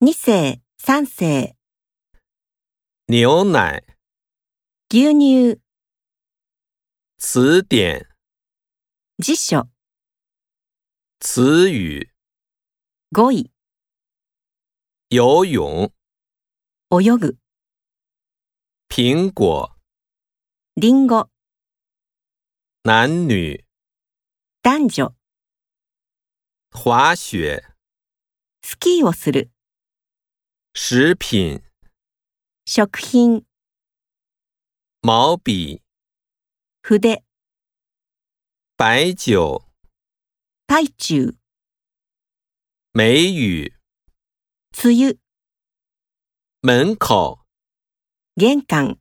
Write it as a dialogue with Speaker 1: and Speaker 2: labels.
Speaker 1: 二世、三世、
Speaker 2: 牛奶、
Speaker 1: 牛乳、
Speaker 2: 词典、
Speaker 1: 辞書、
Speaker 2: 词语、
Speaker 1: 語彙、
Speaker 2: 游泳、
Speaker 1: 泳ぐ、
Speaker 2: 苹果、
Speaker 1: リンゴ、
Speaker 2: 男女、
Speaker 1: 男女、
Speaker 2: 滑雪、
Speaker 1: スキーをする、
Speaker 2: 食品、
Speaker 1: 食品、
Speaker 2: 毛笔、
Speaker 1: 筆、
Speaker 2: 白酒、
Speaker 1: パイチュウ、
Speaker 2: 梅雨、
Speaker 1: 梅雨、
Speaker 2: 门口。
Speaker 1: 玄関。